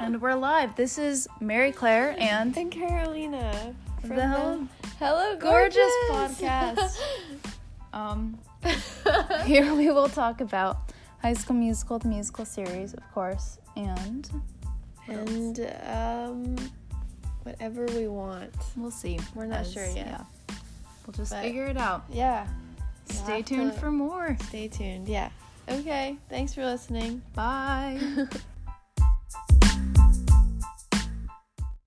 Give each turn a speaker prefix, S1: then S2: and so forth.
S1: and we're live. This is Mary Claire and
S2: And Carolina
S1: the
S2: from
S1: Hello
S2: Hello Gorgeous,
S1: Gorgeous podcast. um, here we will talk about High School Musical, the musical series, of course, and
S2: and um, whatever we want.
S1: we'll see.
S2: We're not sure yet.
S1: Yeah, we'll just
S2: But-
S1: figure it out.
S2: Yeah. You'll
S1: Stay
S2: have
S1: tuned
S2: to-
S1: for more.
S2: Stay tuned. Yeah. Okay. Thanks for listening.
S1: Bye.